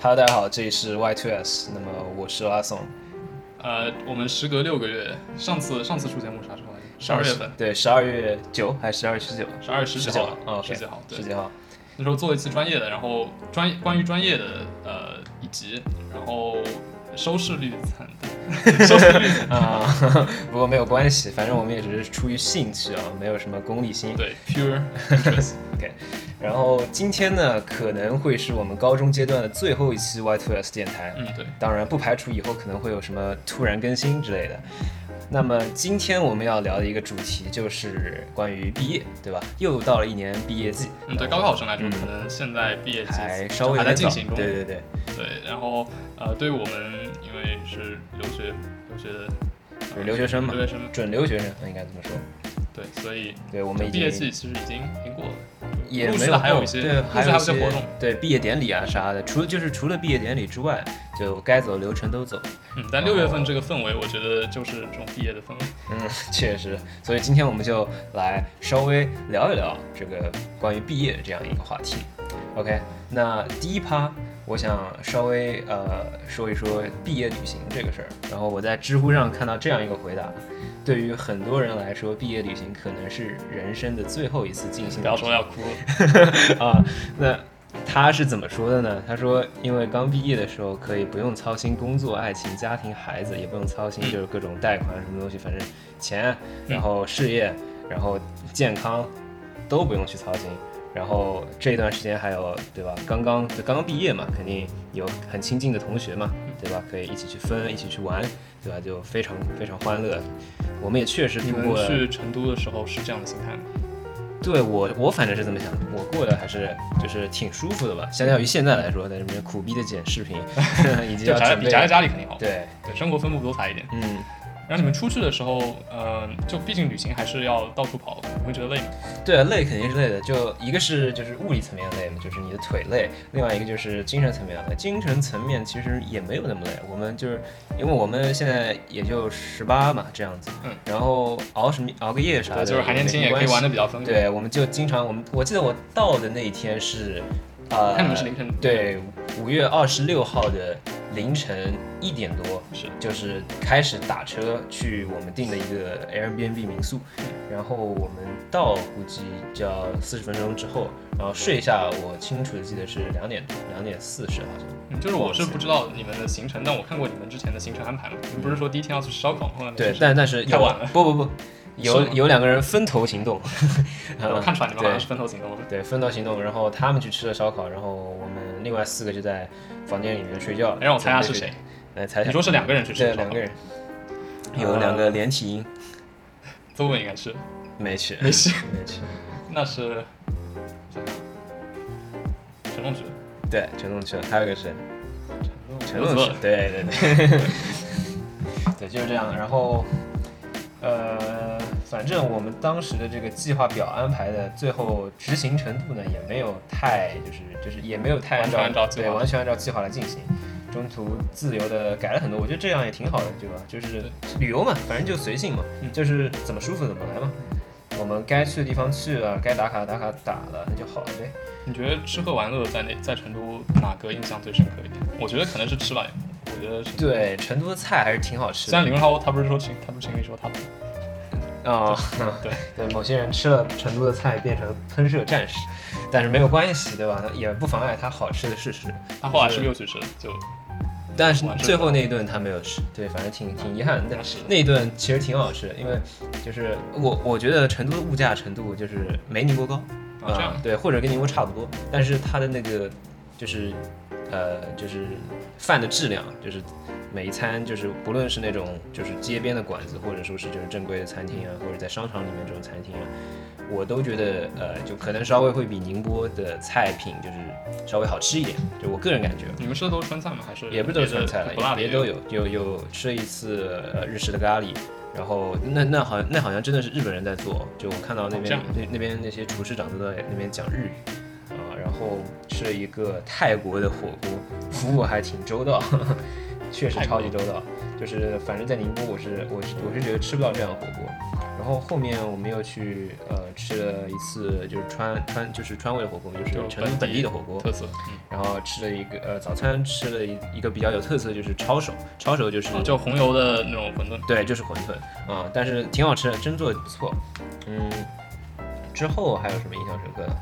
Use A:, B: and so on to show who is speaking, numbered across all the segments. A: Hello，大家好，这里是 Y2S，那么我是阿宋。
B: 呃，我们时隔六个月，上次上次出节目啥时候来着？十二月份，
A: 对，十二月九还是十二月十九？
B: 十二月十
A: 十
B: 几
A: 九
B: 号
A: 号
B: 了，
A: 哦，
B: 十几号，对
A: 十，几号。
B: 那时候做了一期专业的，然后专业关于专业的呃一集，然后收视率惨淡， 收视率惨
A: 啊、 不过没有关系，反正我们也只是出于兴趣啊，没有什么功利心。
B: 对 pure interest，
A: 然后今天呢，可能会是我们高中阶段的最后一期 Y2S 电台。
B: 嗯对，
A: 当然不排除以后可能会有什么突然更新之类的。那么今天我们要聊的一个主题就是关于毕业，对吧？又到了一年毕业季，
B: 嗯对高考生来说，
A: 嗯
B: 可能现在毕业季
A: 还稍微
B: 还
A: 有
B: 在
A: 点
B: 进
A: 早
B: 行中，
A: 对对对，
B: 对，然后呃，对于我们因为是留学留学的
A: 对留学生嘛
B: 留学生
A: 准留学生应该这么说。
B: 对，所以
A: 对，我们已
B: 毕业
A: 经
B: 季其实已经已经过了，
A: 也
B: 陆
A: 没
B: 续
A: 有
B: 的还有
A: 空
B: 一些，
A: 对，
B: 陆续还
A: 有
B: 有
A: 一
B: 一些活动，，
A: 对毕业典礼啊啥的，除了就是除了毕业典礼之外，就该走的流程都走。
B: 嗯，但六月份这个氛围，我觉得就是这种毕业的氛围。
A: 嗯， 确实，所以今天我们就来稍微聊一聊这个关于毕业这样一个话题。OK，那第一趴，我想稍微呃说一说毕业旅行这个事儿。然后我在知乎上看到这样一个回答：对于很多人来说，毕业旅行可能是人生的最后一次进行
B: 不
A: 的
B: 要说要哭，
A: 啊， 那他是怎么说的呢？他说，因为刚毕业的时候可以不用操心工作、爱情、家庭、孩子，也不用操心就是各种贷款什么东西，反正钱，啊然后事业，然后健康都不用去操心。然后这段时间还有对吧？刚刚就刚刚毕业嘛，肯定有很亲近的同学嘛，
B: 嗯
A: 对吧？可以一起去分，一起去玩，对吧？就非常非常欢乐。我们也确实
B: 你
A: 度
B: 们
A: 过了。
B: 去成都的时候是这样的心态吗？
A: 对我，我反正是这么想的，我过得还是就是挺舒服的吧，相较于现在来说，在这边苦逼的剪视频， 以及
B: 就
A: 要
B: 宅
A: 准
B: 比
A: 备，
B: 宅在家里肯定好，
A: 对，
B: 对，生活丰富多彩一点。
A: 嗯，
B: 然后你们出去的时候，呃，就毕竟旅行还是要到处跑，你会觉得累吗？
A: 对，啊累肯定是累的，就一个是就是物理层面累嘛，就是你的腿累，另外一个就是精神层面累，精神层面其实也没有那么累，我们就是因为我们现在也就十八嘛这样子，
B: 嗯，
A: 然后熬什么熬个夜啥的，
B: 对，就是还年轻，也可以玩的比较疯。，
A: 对，我们就经常我们我记得我到的那一天是，呃，
B: 看你们是凌晨
A: 对，五月二十六号的凌晨一点多，
B: 是
A: 就是开始打车去我们订的一个 Airbnb 民宿，
B: 嗯
A: 然后我们到估计就要四十分钟之后，然后睡一下，我清楚的记得是两点多，两点四十好像。
B: 嗯，就是我是不知道你们的行程，但我看过你们之前的行程安排嘛。你们不是说第一天要去吃烧烤，后来没
A: 对
B: 去，吃
A: 但但是
B: 太
A: 有
B: 晚了
A: 不不不，有
B: 是吗
A: 有两个人分头行动，
B: 我看出来你
A: 嗯
B: 们好
A: 对
B: 像是分头行动的。
A: 对，分头行动，然后他们去吃了烧烤，然后我们另外四个就在房间里面睡觉。
B: 哎让我猜一下是谁？
A: 来猜一下，
B: 你说是两啊个人去吃
A: 对
B: 烧
A: 两
B: 烤
A: 个，人，有两个连体婴，
B: 邹文应该是
A: 没去，
B: 没事，
A: 没去。
B: 那是谁啊？陈同学。
A: 对，陈栋去了，还有一个是陈
B: 我
A: 栋
B: 错
A: 去
B: 了，
A: 对对对， 对就是这样。然后，呃，反正我们当时的这个计划表安排的最后执行程度呢，也没有太就是就是也没有太按照
B: 完全按照计划
A: 对完全按照计划来进行。中途自由的改了很多，我觉得这样也挺好的，对吧？就是旅游嘛，反正就随性嘛，
B: 嗯
A: 就是怎么舒服怎么来嘛。我们该去的地方去了，该打卡的打卡打了，那就好了呗。
B: 你觉得吃喝玩乐在那在成都哪个印象最深刻一点？我觉得可能是吃吧，我觉得是。
A: 对，成都的菜还是挺好吃
B: 虽
A: 的。
B: 然李文浩他不是说请，他不是因为说他不
A: 啊、
B: 对
A: 对，某些人吃了成都的菜变成喷射战士，但是没有关系，对吧？也不妨碍它好吃的事实。
B: 他后来是又去吃，就
A: 但是
B: 完事
A: 最后那一顿他没有吃，对，反正挺挺遗憾的。但
B: 是
A: 那一顿其实挺好吃的，因为就是我我觉得成都的物价程度就是没宁波高，
B: 啊这样
A: 对，或者跟宁波差不多，但是它的那个就是呃就是饭的质量，就是每一餐就是不论是那种就是街边的馆子，或者说是就是正规的餐厅啊，或者在商场里面这种餐厅啊，我都觉得呃就可能稍微会比宁波的菜品就是稍微好吃一点，就我个人感觉。啊
B: 你们吃的都是川菜吗？还是
A: 嗯也不是都是川菜
B: 别的不辣
A: 了，
B: 的
A: 别
B: 也
A: 的都有，有有吃了一次呃日式的咖喱，然后那那好像那好像真的是日本人在做，就我看到那
B: 这
A: 边
B: 样
A: 那那边那些厨师长都在那边讲日语。啊，然后吃了一 个泰国的火锅，服务还挺周到，确实超级周到。就是反正在宁波我是我是我是觉得吃不到这样的火锅。然后后面我们又去呃吃了一次就是川川就是川味火锅，就是
B: 就
A: 成都本地的火锅，
B: 特色，嗯
A: 然后吃了一个呃早餐吃了一一个比较有特色就是抄手，抄手就是、
B: 啊，就红油的那种馄饨，
A: 对，就是馄饨啊、但是挺好吃的，真做的不错。嗯，之后还有什么印象深刻的？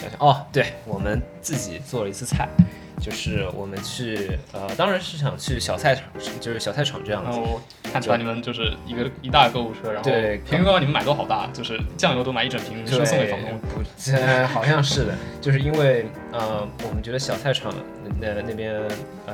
A: 想想哦，对我们自己做了一次菜，就是我们去呃，当然是想去小菜场，就是小菜场这样
B: 然
A: 子。
B: 后看出来你们就是一个一大购物车，然后
A: 对
B: 瓶罐你们买都好大，就是酱油都买一整瓶，
A: 对
B: 是送给房东。
A: 不，这好像是的，就是因为呃，我们觉得小菜场那那那边呃，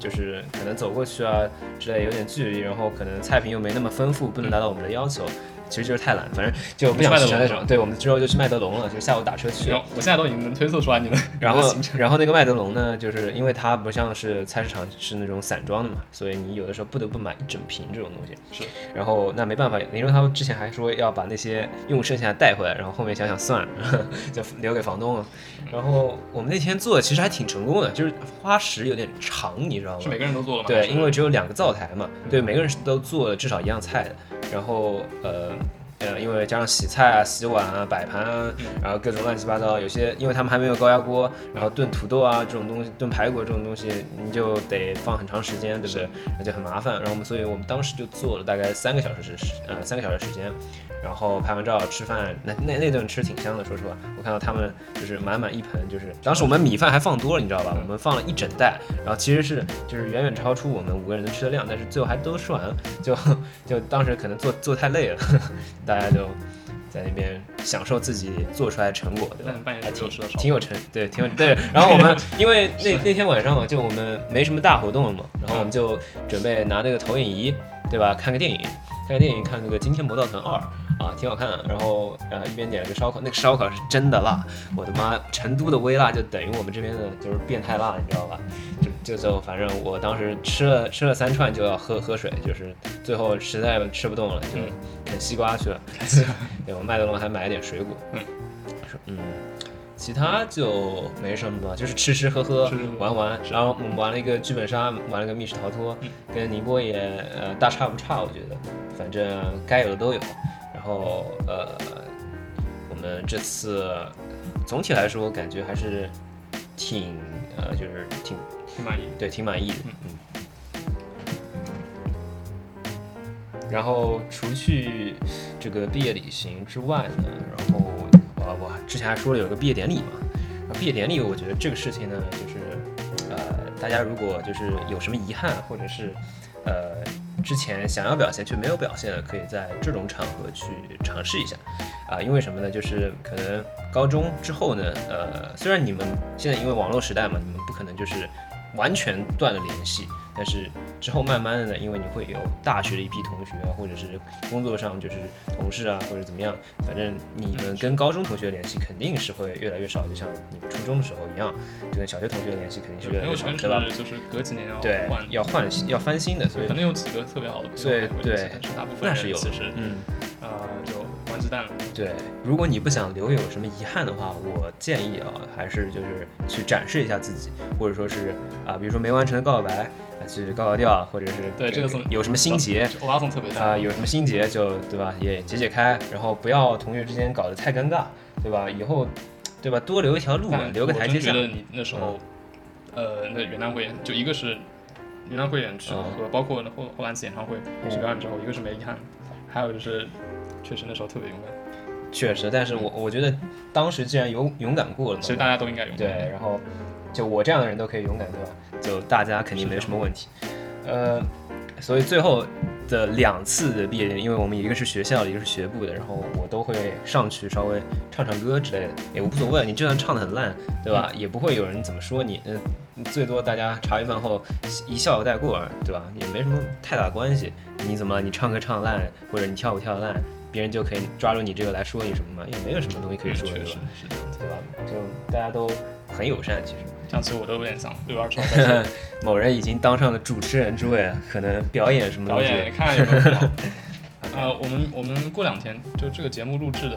A: 就是可能走过去啊之类有点距离，然后可能菜品又没那么丰富，不能达到我们的要求。其实就是太懒，反正就不想吃小菜场。对，我们之后就去麦德龙了，就下午打车去
B: 然。后我现在都已经能推测出来你们，
A: 然 后，然后那个麦德龙呢，就是因为它不像是菜市场是那种散装的嘛，所以你有的时候不得不买一整瓶这种东西。
B: 是。
A: 然后那没办法，林中他们之前还说要把那些用剩下的带回来，然后后面想想算了， 就留给房东了。然后我们那天做的其实还挺成功的，就是花时有点长，你知道吗
B: 是？每个人都做了吗？还
A: 对，
B: 是嗯
A: 因为只有两个灶台嘛，对，每个人都做了至少一样菜的，然后呃。呃，因为加上洗菜啊、洗碗啊、摆盘啊，
B: 嗯
A: 然后各种乱七八糟，有些因为他们还没有高压锅，然后炖土豆啊这种东西、炖排骨这种东西，你就得放很长时间，对不对？那就很麻烦。然后我们，所以我们当时就做了大概三个小时时，呃，三个小时时间，然后拍完照吃饭，那那那顿吃挺香的，说实话，我看到他们就是满满一盆，就是当时我们米饭还放多了，你知道吧？
B: 嗯
A: 我们放了一整袋，然后其实是就是远远超出我们五个人能吃的量，但是最后还都吃完了，就就当时可能做做太累了， 大家就在那边享受自己做出来的成果，对吧
B: 那你？半夜
A: 还挺
B: 就吃的少，
A: 挺有成，对，挺有对。然后我 们因为那那天晚上嘛，就我们没什么大活动了嘛，然后我们就准备拿那个投影仪，对吧？看个电影，看个电影，看那个《惊天魔盗团二》啊，挺好看的。然后呃，一边点了个烧烤，那个烧烤是真的辣，我的妈！成都的微辣就等于我们这边的就是变态辣，你知道吧？就就就反正我当时吃了吃了三串就要喝喝水，就是最后实在吃不动了，就
B: 嗯
A: 啃西瓜 去了。对，我麦德龙还买了点水果。
B: 嗯
A: 是嗯，其他就没什么了，就是吃吃喝喝
B: 吃吃喝喝嗯
A: 玩玩，然后我们玩了一个剧本杀，玩了个密室逃脱，跟宁波也呃大差不差，我觉得，反正该有的都有。然后呃，我们这次总体来说感觉还是挺呃，就是挺
B: 挺满意。
A: 对，挺满意的。嗯。然后除去这个毕业旅行之外呢，然后我我之前还说了有个毕业典礼嘛，然后毕业典礼我觉得这个事情呢，就是呃，大家如果就是有什么遗憾或者是呃之前想要表现却没有表现的，可以在这种场合去尝试一下啊、因为什么呢？就是可能高中之后呢，呃，虽然你们现在因为网络时代嘛，你们不可能就是完全断了联系，但是之后慢慢的呢，因为你会有大学的一批同学啊，或者是工作上就是同事啊，或者怎么样，反正你们跟高中同学联系肯定是会越来越少，就像你们初中的时候一样，就跟小学同学联系肯定是越来
B: 朋
A: 越
B: 友
A: 少，
B: 圈是
A: 对吧？
B: 就是隔几年要
A: 对，
B: 换，
A: 要换新要翻新的，所以
B: 可能有几个特别好的朋友
A: 对
B: 还会
A: 对
B: 联系但是大部分
A: 那
B: 人
A: 是有的
B: 其实
A: 嗯。
B: 呃就关鸡蛋了。
A: 对，如果你不想留有什么遗憾的话，我建议啊，还是就是去展示一下自己，或者说是啊、比如说没完成的告白，啊，去告告调，或者是
B: 对这个是
A: 有什么心结
B: 欧巴送特别大
A: 啊、，有什么心结就对吧，也解解开，然后不要同学之间搞得太尴尬，对吧？以后对吧，多留一条路嘛，
B: 但
A: 留个台阶下
B: 我。真觉得你那时候，呃，那元旦汇演就一个是元旦汇演去
A: 嗯
B: 和包括后后半次演唱会去表演之后，一个是没遗憾，还有就是确实那时候特别勇敢，
A: 确实，但是我
B: 嗯
A: 我觉得当时既然勇勇敢过了嘛
B: 其，实大家都应该勇
A: 对，
B: 敢。
A: 然后就我这样的人都可以勇敢，对吧？就大家肯定没什么问题。呃，所以最后的两次的毕业典礼，因为我们一个是学校的，一个是学部的，然后我都会上去稍微唱唱歌之类的，也无所谓。你就算唱的很烂，对吧？也不会有人怎么说你。嗯、最多大家茶余饭后一笑带过，对吧？也没什么太大关系。你怎么你唱歌唱烂，或者你跳舞跳烂，别人就可以抓住你这个来说你什么吗？也没有什么东西可以
B: 嗯
A: 说的，
B: 确
A: 对
B: 实
A: 吧？
B: 是这样子。
A: 对吧？就大家都很友善，其实。
B: 这样其实我都有点想六二 创，但 是
A: 某人已经当上了主持人之位，啊可能表演什么
B: 导
A: 东
B: 演也
A: 西，
B: 看有没有不好。啊 呃，我们我们过两天就这个节目录制的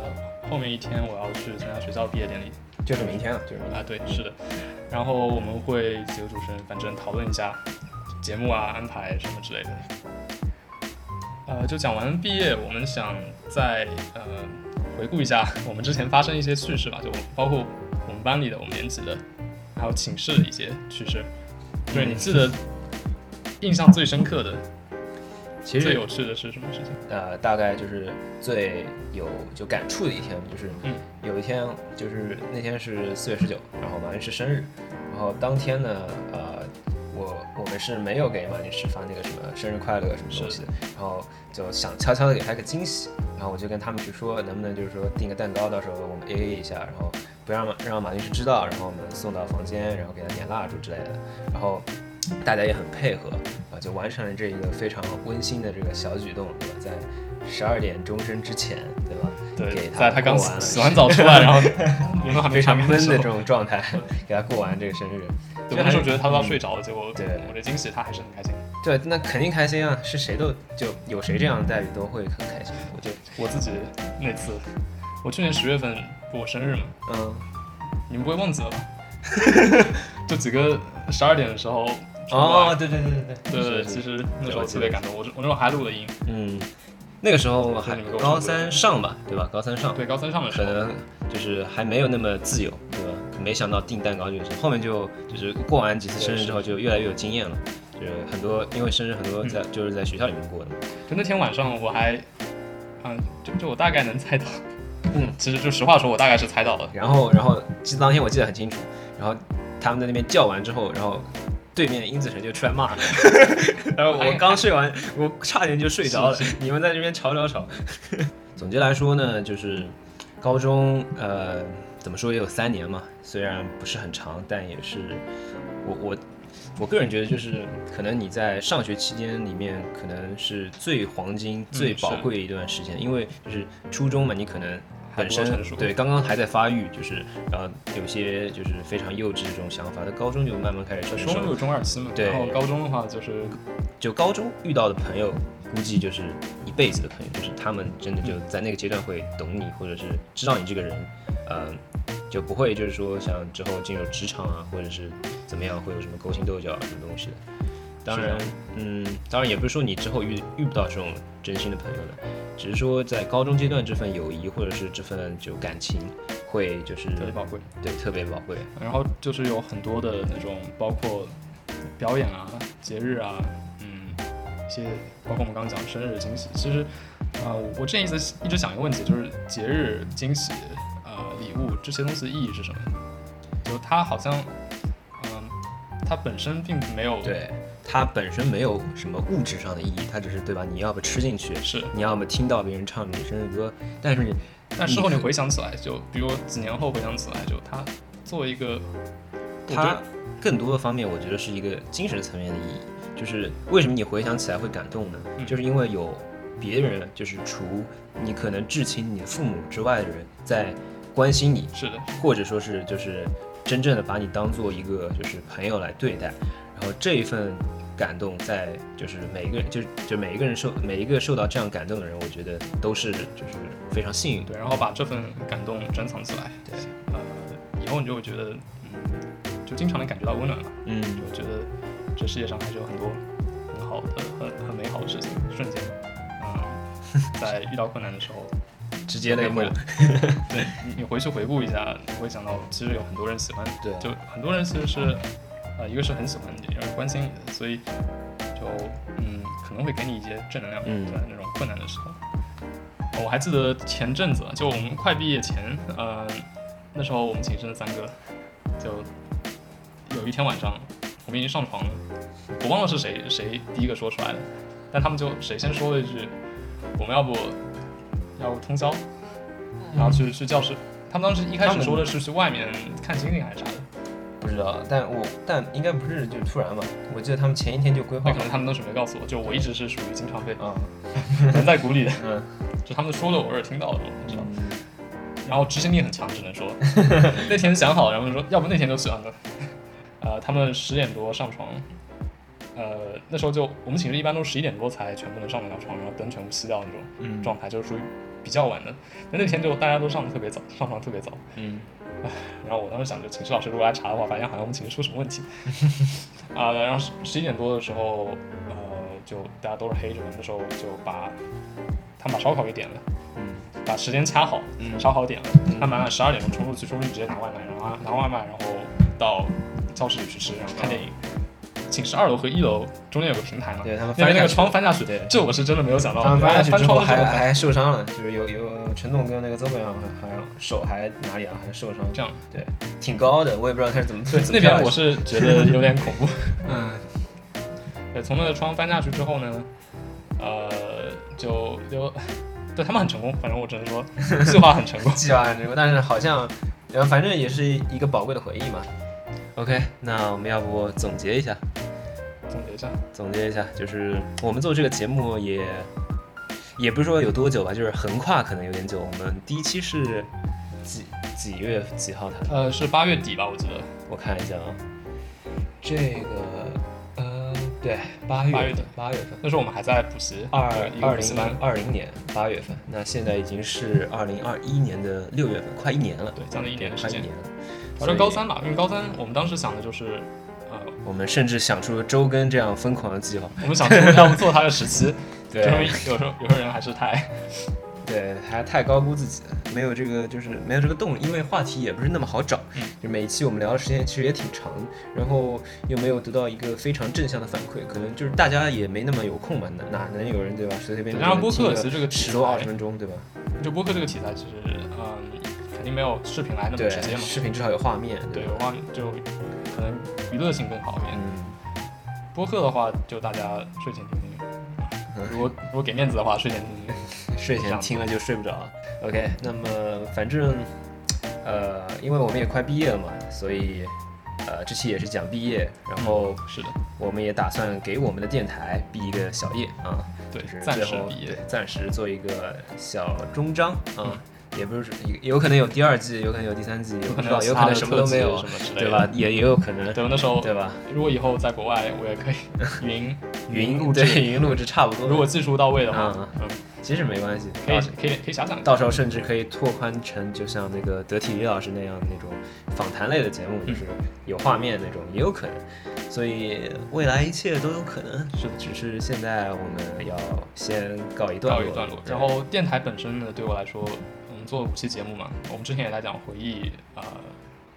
B: 后面一天，我要去参加学校毕业典礼，
A: 就是明天了，就是明天。
B: 啊，对，是的。然后我们会几个主持人，反正讨论一下节目啊安排什么之类的。呃，就讲完毕业，我们想再呃回顾一下我们之前发生一些趣事吧，就包括我们班里的、我们年级的，还有寝室的一些趣事。对，你记得印象最深刻的、
A: 其实
B: 最有趣的是什么事情？
A: 呃，大概就是最有就感触的一天，就是
B: 嗯
A: 有一天就是那天是四月十九，然后马云是生日，然后当天呢，呃，我我们是没有给马云石发那个什么生日快乐什么东西的，然后就想悄悄的给他个惊喜，然后我就跟他们去说，能不能就是说订个蛋糕，到时候我们 A A 一下，然后不让马让马律师知道，然后我们送到房间，然后给他点蜡烛之类的，然后大家也很配合，啊，就完成了这一个非常温馨的这个小举动，对吧？在十二点钟声之前，对吧？
B: 对
A: 给，
B: 在
A: 他
B: 他刚
A: 过完了
B: 洗完澡出来，然后我们还没
A: 非常
B: 看
A: 闷
B: 的
A: 的
B: 时
A: 这
B: 候，
A: 种状态，给他过完这个生日，
B: 对，我那时候觉得他都要睡着了，结果
A: 嗯对
B: 我的惊喜他还是很开心。
A: 对，那肯定开心啊！是谁都就有谁这样的待遇都会很开心，我觉得，
B: 我自己那次，我去年十月份不我生日嘛，
A: 嗯，
B: 你们不会忘记了吧？ 就几个十二点的时候出来
A: 哦，，对对对对对，
B: 对
A: 是
B: 对，
A: 是
B: 其实那时
A: 了
B: 候
A: 解
B: 特别感动，我我那时候还录了音，
A: 嗯，那个时候还
B: 对你们跟我说
A: 高三上吧，对吧？高三上，
B: 对，高三上的时
A: 可
B: 候，
A: 能就是还没有那么自由，对吧？没想到订蛋糕这个事，后面就就是过完几次生日之后，就越来越有经验了。就是很多，因为生日很多在、就是在学校里面过的嘛。
B: 就那天晚上我还，嗯，就就我大概能猜到，
A: 嗯，
B: 其实就实话说，我大概是猜到了，
A: 然后，然后记当天我记得很清楚，然后他们在那边叫完之后，然后对面英子神就出来骂了，然后我刚睡完，我差点就睡
B: 哎
A: 着了，你们在这边吵吵吵。总结来说呢，就是高中呃怎么说也有三年嘛，虽然不是很长，但也是我我我个人觉得就是可能你在上学期间里面可能是最黄金、最
B: 嗯是
A: 宝贵的一段时间，因为就是初中嘛，你可能
B: 还
A: 本
B: 不够
A: 身
B: 成熟
A: 对刚刚还在发育，就是呃有些就是非常幼稚的这种想法，但高中就慢慢开始成
B: 初
A: 熟
B: 中有中二期嘛，
A: 对
B: 然后高中的话就是
A: 就高中遇到的朋友，估计就是一辈子的朋友，就是他们真的就在那个阶段会懂你，或者是知道你这个人，呃，就不会就是说像之后进入职场啊，或者是怎么样会有什么勾心斗角啊什么东西的。当然
B: 是，
A: 嗯，当然也不是说你之后遇遇不到这种真心的朋友了，只是说在高中阶段这份友谊或者是这份就感情，会就是
B: 特别宝贵。
A: 对特别宝贵。
B: 然后就是有很多的那种，包括表演啊、节日啊，嗯，一些包括我们刚刚讲的生日惊喜。其实，呃，我之前一直一直想一个问题，就是节日惊喜、呃，礼物这些东西的意义是什么？就它好像，嗯、它本身并没有
A: 对，它本身没有什么物质上的意义，它只是对吧？你要不吃进去，
B: 是，
A: 你要么听到别人唱你生日歌，但是你
B: 但事后你回想起来，就比如几年后回想起来，就它作为一个，我觉
A: 它
B: 得
A: 更多的方面，我觉得是一个精神层面的意义。就是为什么你回想起来会感动呢？
B: 嗯
A: 就是因为有别人，就是除你可能至亲、你父母之外的人在关心你，
B: 是的，
A: 或者说是就是真正的把你当做一个就是朋友来对待，然后这一份感动在就是每一个人就就每一个人受每一个受到这样感动的人，我觉得都是就是非常幸运的。
B: 对，然后把这份感动珍藏起来，
A: 对，
B: 呃，以后你就会觉得，嗯，就经常能感觉到温暖吧。
A: 嗯，
B: 就觉得这世界上还是有很多很好的、很很美好的事情，瞬间，嗯，在遇到困难的时候，
A: 直接泪目了。
B: 对你你回去回顾一下，你会想到其实有很多人喜欢，
A: 对啊
B: 就很多人其实是，呃，一个是很喜欢你，有人关心你的，所以就嗯，可能会给你一些正能量，
A: 嗯
B: 在那种困难的时候。哦我还记得前阵子，就我们快毕业前，呃，那时候我们寝室的三个，就有一天晚上，我们已经上床了，我忘了是谁谁第一个说出来的，但他们就谁先说了一句，我们要不要不通宵，然后去去教室。他们当时一开
A: 嗯他
B: 始
A: 们
B: 说的是去外面看星星还是啥的，
A: 不知道，但我但应该不是就突然吧？我记得他们前一天就规划
B: 那可能
A: 好
B: 他们当时没告诉我，就我一直是属于经常被
A: 啊，
B: 蒙在鼓里的，
A: 嗯，
B: 就他们说的我偶尔听到了，我知道。然后执行力很强，只能说 那天想好，然后说要不那天就去啊。呃，他们十点多上床，呃，那时候就我们寝室一般都十一点多才全部能上得了床，然后灯全部熄掉那种
A: 嗯
B: 状态，就是属于比较晚的。那那天就大家都上得特别早，上床特别早，
A: 嗯，
B: 然后我当时想着，寝室老师如果来查的话，发现好像我们寝室出什么 问题啊、然后十一点多的时候，呃，就大家都是黑着的，那时候就把他们把烧烤给点了，
A: 嗯
B: 把时间掐好，
A: 嗯
B: 烧烤点了，他们按十二点钟冲入去，冲出去直接拿外卖，然后拿拿外卖，然后到教室里去吃，然后看电影。寝室二楼和一楼中间有个平台嘛，
A: 对他们
B: 那边
A: 翻
B: 那
A: 下
B: 个
A: 去
B: 窗翻下去
A: 对，
B: 这我是真的没有想到，
A: 他们翻下去
B: 翻
A: 之后
B: 窗户
A: 还
B: 这么
A: 还受伤了，就是有有陈总跟那个邹本阳好像手还哪里啊，还受伤，
B: 这样，
A: 对，挺高的，我也不知道他是怎么
B: 对
A: 怎么
B: 那边
A: 跳下
B: 我
A: 去
B: 是觉得有点恐怖。
A: 嗯
B: 对，从那个窗翻下去之后呢，呃，就就对他们很成功，反正我只能说计划很成 功。
A: 计划很成功，但是好像呃反正也是一个宝贵的回忆嘛。OK，那我们要不总结一下？
B: 总结一下，
A: 总结一下，就是我们做这个节目也也不是说有多久吧，就是横跨可能有点久。我们第一期是几几月几号谈的？
B: 呃，是八月底吧，我记得
A: 我看一下啊，这个呃，对，八月
B: 八月底
A: 份，八月份，
B: 那时候我们还在补习，
A: 二
B: 对一个
A: 二
B: 补习
A: 零
B: 班，
A: 二零年八月份，那现在已经是二零二一年的六月份，快一年了，
B: 对，将近一年的时
A: 快一
B: 间。
A: 年了。
B: 反正高三吧，因为高三我们当时想的就是，呃，
A: 我们甚至想出了周更这样疯狂的计划。
B: 我们想说要不做他的时期，就
A: 对
B: 是因为有时候有时候人还是太
A: 对，还太高估自己了，没有这个就是没有这个动力，因为话题也不是那么好找。
B: 嗯
A: 就每一期我们聊的时间其实也挺长，然后又没有得到一个非常正向的反馈，可能就是大家也没那么有空嘛，哪哪能有人对吧？随随便
B: 对
A: 便
B: 加上
A: 就
B: 播
A: 听
B: 客
A: 个
B: 其实这个
A: 十
B: 题
A: 多
B: 材
A: 二十分钟对吧？
B: 就播客这个题材其实，嗯、肯定没有视频来那么
A: 对
B: 直接，嘛。
A: 视频至少有画面，
B: 对，
A: 吧
B: 我忘就可能娱乐性更好一点。
A: 嗯，
B: 播客的话，就大家睡前听
A: 嗯
B: 听。如果如果给面子的话，睡前听听。
A: 睡前听了就睡不着。OK，那么反正呃，因为我们也快毕业了嘛，所以呃，这期也是讲毕业，然后。
B: 是的，
A: 我们也打算给我们的电台毕一个小业啊，
B: 对
A: 就是，
B: 暂
A: 最
B: 时
A: 后
B: 毕业嗯
A: 对。暂时做一个小终章啊，也不是有可能有第二季，有可能有第三季，也不知道，有
B: 有
A: 可能什么都没有
B: 什，么之类的，
A: 对吧？？也也有可能，
B: 对，我那时候
A: 对吧？
B: 如果以后在国外，我也可以 云
A: 云
B: 录
A: 对
B: 制。
A: 云录制差不多，
B: 如果技术到位的话，
A: 嗯
B: 嗯，
A: 其实没关系，
B: 可以
A: 到
B: 可以可以遐想一下。
A: 到时候甚至可以拓宽成就像那个德体李老师那样那种访谈类的节目，就是有画面那种也有可能，所以未来一切都有可能。
B: 是的
A: 只是现在我们要先告一段
B: 告
A: 落，
B: 一段落。
A: 对
B: 然后电台本身呢，对我来说，我们做了五期节目嘛，我们之前也来讲回忆，呃，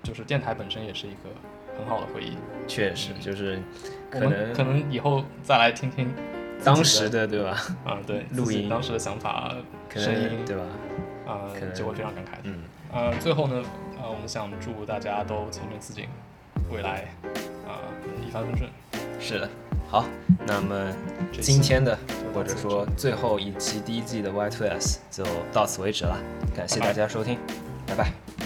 B: 就是电台本身也是一个很好的回忆。
A: 确实就是
B: 我
A: 可
B: 们
A: 能
B: 可能以后再来听听
A: 当时的对吧？
B: 啊，对，
A: 录
B: 自己
A: 音
B: 当时的想法、
A: 可
B: 声
A: 能
B: 音，
A: 对吧？
B: 啊
A: 可，能
B: 就会非常感慨。
A: 嗯，
B: 呃，最后呢，呃，我们想祝大家都前程似锦，未来啊、一帆风顺。
A: 是的。好，那么
B: 这一期
A: 今天的
B: 就
A: 或
B: 到
A: 者
B: 此为
A: 说
B: 止
A: 最后一期第一季的 Y2S 就到此为止了，感谢
B: 拜拜
A: 大家收听，拜拜。